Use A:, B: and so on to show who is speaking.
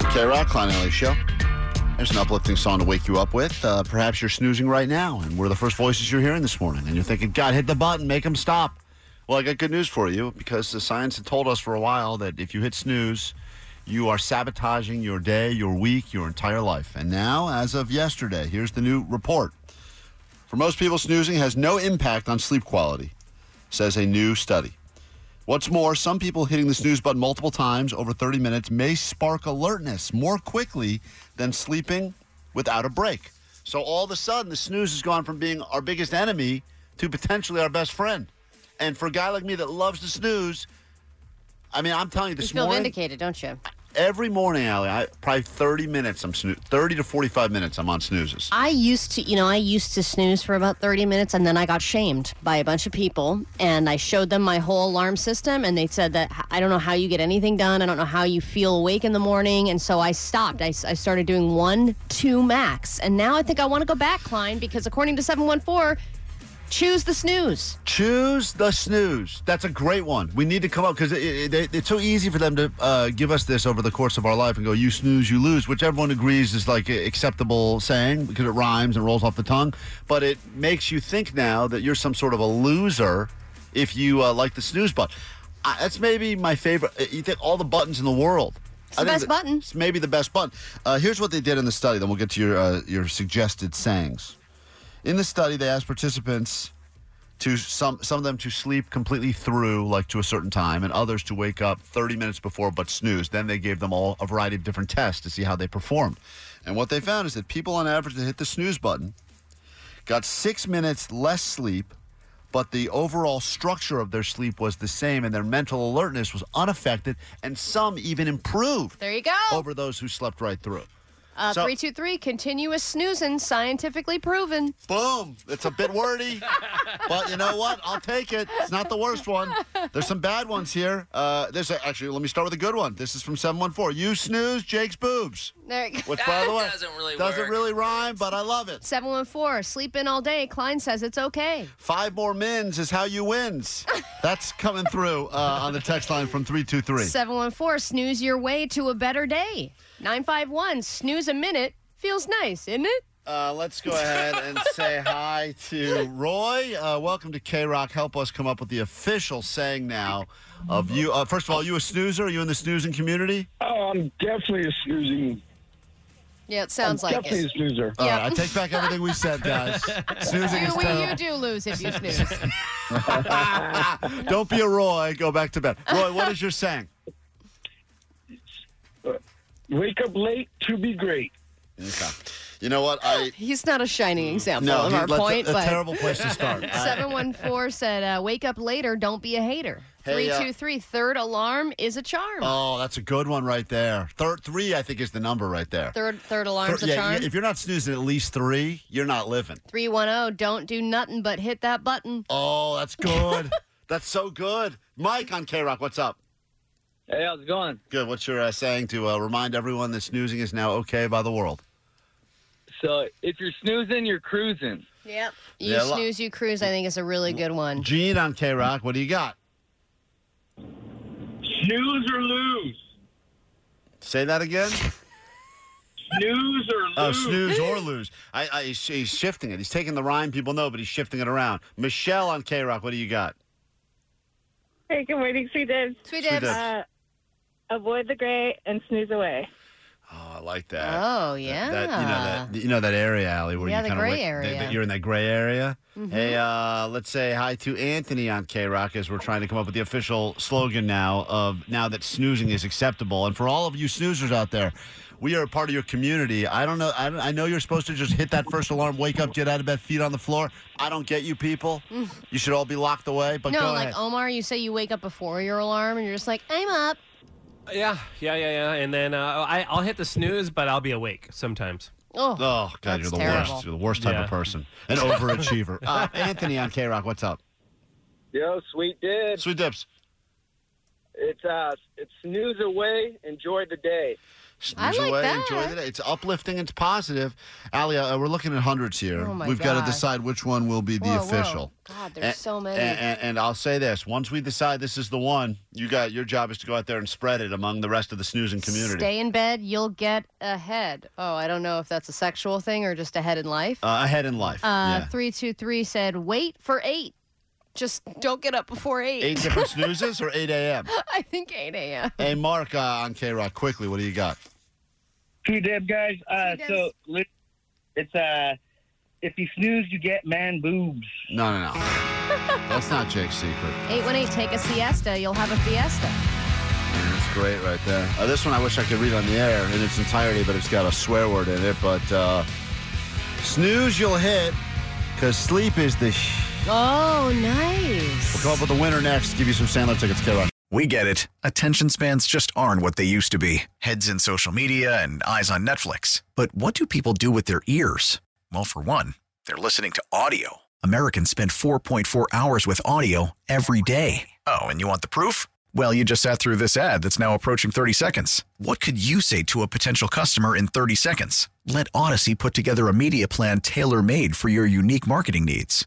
A: K Rock, Klein Alley Show. There's an uplifting song to wake you up with. Uh, perhaps you're snoozing right now, and we're the first voices you're hearing this morning, and you're thinking, God, hit the button, make them stop. Well, I got good news for you because the science had told us for a while that if you hit snooze, you are sabotaging your day, your week, your entire life. And now, as of yesterday, here's the new report. For most people, snoozing has no impact on sleep quality, says a new study. What's more, some people hitting the snooze button multiple times over 30 minutes may spark alertness more quickly than sleeping without a break. So all of a sudden, the snooze has gone from being our biggest enemy to potentially our best friend. And for a guy like me that loves to snooze, I mean, I'm telling you,
B: You
A: this
B: feel
A: morning,
B: vindicated, don't you?
A: every morning, Allie, I, probably 30 minutes, I'm snoo- 30 to 45 minutes, I'm on snoozes.
B: I used to, you know, I used to snooze for about 30 minutes and then I got shamed by a bunch of people and I showed them my whole alarm system and they said that I don't know how you get anything done. I don't know how you feel awake in the morning. And so I stopped. I, s- I started doing one, two max. And now I think I want to go back, Klein, because according to 714, choose the snooze.
A: Choose the snooze. That's a great one. We need to come up because it, it, it- it's so easy for them to uh, give us this over the course of our life and go, you snooze, you lose, which everyone agrees is like an acceptable saying because it rhymes and rolls off the tongue. But it makes you think now that you're some sort of a loser if you uh, like the snooze button. I, that's maybe my favorite. uh, You think all the buttons in the world.
B: It's the
A: think
B: best
A: that-
B: button.
A: It's maybe the best button. Uh, here's what they did in the study, then we'll get to your, uh, your suggested sayings. In the study, they asked participants to some some of them to sleep completely through, like to a certain time, and others to wake up 30 minutes before but snooze. Then they gave them all a variety of different tests to see how they performed. And what they found is that people on average that hit the snooze button got six minutes less sleep, but the overall structure of their sleep was the same, and their mental alertness was unaffected, and some even improved
B: There you go.
A: over those who slept right through.
B: Uh,
A: so-
B: 323, continuous snoozing, scientifically proven.
A: Boom. It's a bit wordy, but you know what? I'll take it. It's not the worst one. There's some bad ones here. Uh, there's a, actually. Let me start with a good one. This is from 714. You snooze Jake's boobs.
B: There you go.
A: Which, by the way,
C: Doesn't really
A: doesn't
C: work.
A: really rhyme, but I love it.
B: 714, sleep in all day. Klein says it's okay.
A: Five more mins is how you wins. That's coming through uh, on the text line from 323.
B: 714 snooze your way to a better day 951 snooze a minute feels nice isn't it
A: Uh, let's go ahead and say hi to Roy. Uh, welcome to K Rock. Help us come up with the official saying now of you. Uh, first of all, you a snoozer? Are you in the snoozing community?
D: Oh, I'm definitely a snoozing.
B: yeah it sounds like
D: definitely
B: it
D: a snoozer.
A: All
B: Yeah.
A: right, I take back everything we said, guys. Snoozing
B: you,
A: is
B: we- you
A: terrible.
B: do lose if you snooze
A: Don't be a Roy. Go back to bed. Roy, what is your saying?
D: Wake up late to be great.
A: Okay. You know what? I
B: he's not a shining example
A: no.
B: of
A: he-
B: our
A: that's
B: point
A: a, a
B: but
A: terrible place to start. I-
B: 714 said uh, wake up later don't be a hater
A: Hey, uh,
B: 323 third alarm is a charm
A: oh, that's a good one right there. Third three, I think, is the number right there.
B: third third alarm's
A: Thir-
B: a
A: yeah,
B: charm
A: if you're not snoozing at least three, you're not living.
B: 310 oh, don't do nothing but hit that button
A: Oh, that's good. that's so good. Mike on K Rock, what's up?
E: Hey, how's it going?
A: Good. What's your uh, saying to uh, remind everyone that snoozing is now okay by the world?
E: So, if you're snoozing, you're cruising.
B: yep you
A: Yeah, a lot-
B: snooze you cruise i think is a really good one
A: Gene on K Rock, what do you got?
D: Snooze or lose.
A: Say that again.
D: Snooze or lose.
A: Oh, snooze or lose. I, I, he's, he's shifting it. He's taking the rhyme people know, but he's shifting it around. Michelle on K Rock, what do you got?
F: Hey, good morning, sweet dibs.
B: sweet
A: Sweet
B: dibs
A: dibs.
F: Uh,
C: avoid the gray, and snooze away.
A: Oh, I like that.
B: Oh,
A: That- that- you know
B: yeah.
A: that you know that area alley where
B: Yeah,
A: you
B: the
A: kind
B: gray
A: of
B: area. Mm-hmm.
A: you're in that gray area. Hey, uh, let's say hi to Anthony on K Rock as we're trying to come up with the official slogan now of now that snoozing is acceptable. And for all of you snoozers out there, we are a part of your community. I don't know. I, don't- I know you're supposed to just hit that first alarm, wake up, get out of bed, feet on the floor. I don't get you people. You should all be locked away. But
B: Mm. no,
A: go
B: like oh,
A: ahead.
B: Omar, you say you wake up before your alarm and you're just like, I'm up.
F: Yeah, yeah, yeah, yeah. And then uh, I, I'll hit the snooze, but I'll be awake sometimes.
A: Oh
B: Oh,
A: God, you're
B: That's
A: the
B: terrible.
A: worst. You're the worst type
F: Yeah.
A: of person, an overachiever. uh, Anthony on K Rock, what's up?
E: Yo, sweet did.
A: Sweet dips.
E: It's uh, it's snooze away. Enjoy the day.
B: I
A: Snooze
B: like
A: away,
B: that.
A: enjoy the day. It's uplifting, it's positive. Ali, uh, we're looking at hundreds here.
B: Oh, my
A: We've got to
B: gosh.
A: decide which one will be the
B: whoa, whoa.
A: official.
B: God,
A: A-
B: there's so many.
A: a- a- And, I'll say this: once we decide this is the one, you got your job is to go out there and spread it among the rest of the snoozing community.
B: Stay in bed, you'll get ahead. Oh, I don't know if that's a sexual thing or just ahead in life.
A: uh, ahead in life.
B: Uh,
A: yeah.
B: 323 said, wait for eight. Just don't get up before eight.
A: Eight different snoozes or 8 a.m.
B: I think 8 a.m.
A: Hey, Mark uh, on K Rock, quickly, what do you got?
G: Two deb guys. Uh,
B: Two
G: so li- it's uh, if you snooze, you get man boobs.
A: No, no, no. That's not Jake's secret.
B: 818, take a siesta. You'll have a fiesta.
A: That's great right there. Uh, this one I wish I could read on the air in its entirety, but it's got a swear word in it. But uh, snooze, you'll hit, because sleep is the sh-
B: Oh, nice.
A: We'll come up with the winner next. Give you some Sandler tickets, K Rock.
H: We get it. Attention spans just aren't what they used to be heads in social media and eyes on Netflix. But what do people do with their ears? Well, for one, they're listening to audio. Americans spend 4.4 hours with audio every day. Oh, and you want the proof? Well, you just sat through this ad that's now approaching 30 seconds. What could you say to a potential customer in 30 seconds? Let Odyssey put together a media plan tailor made for your unique marketing needs.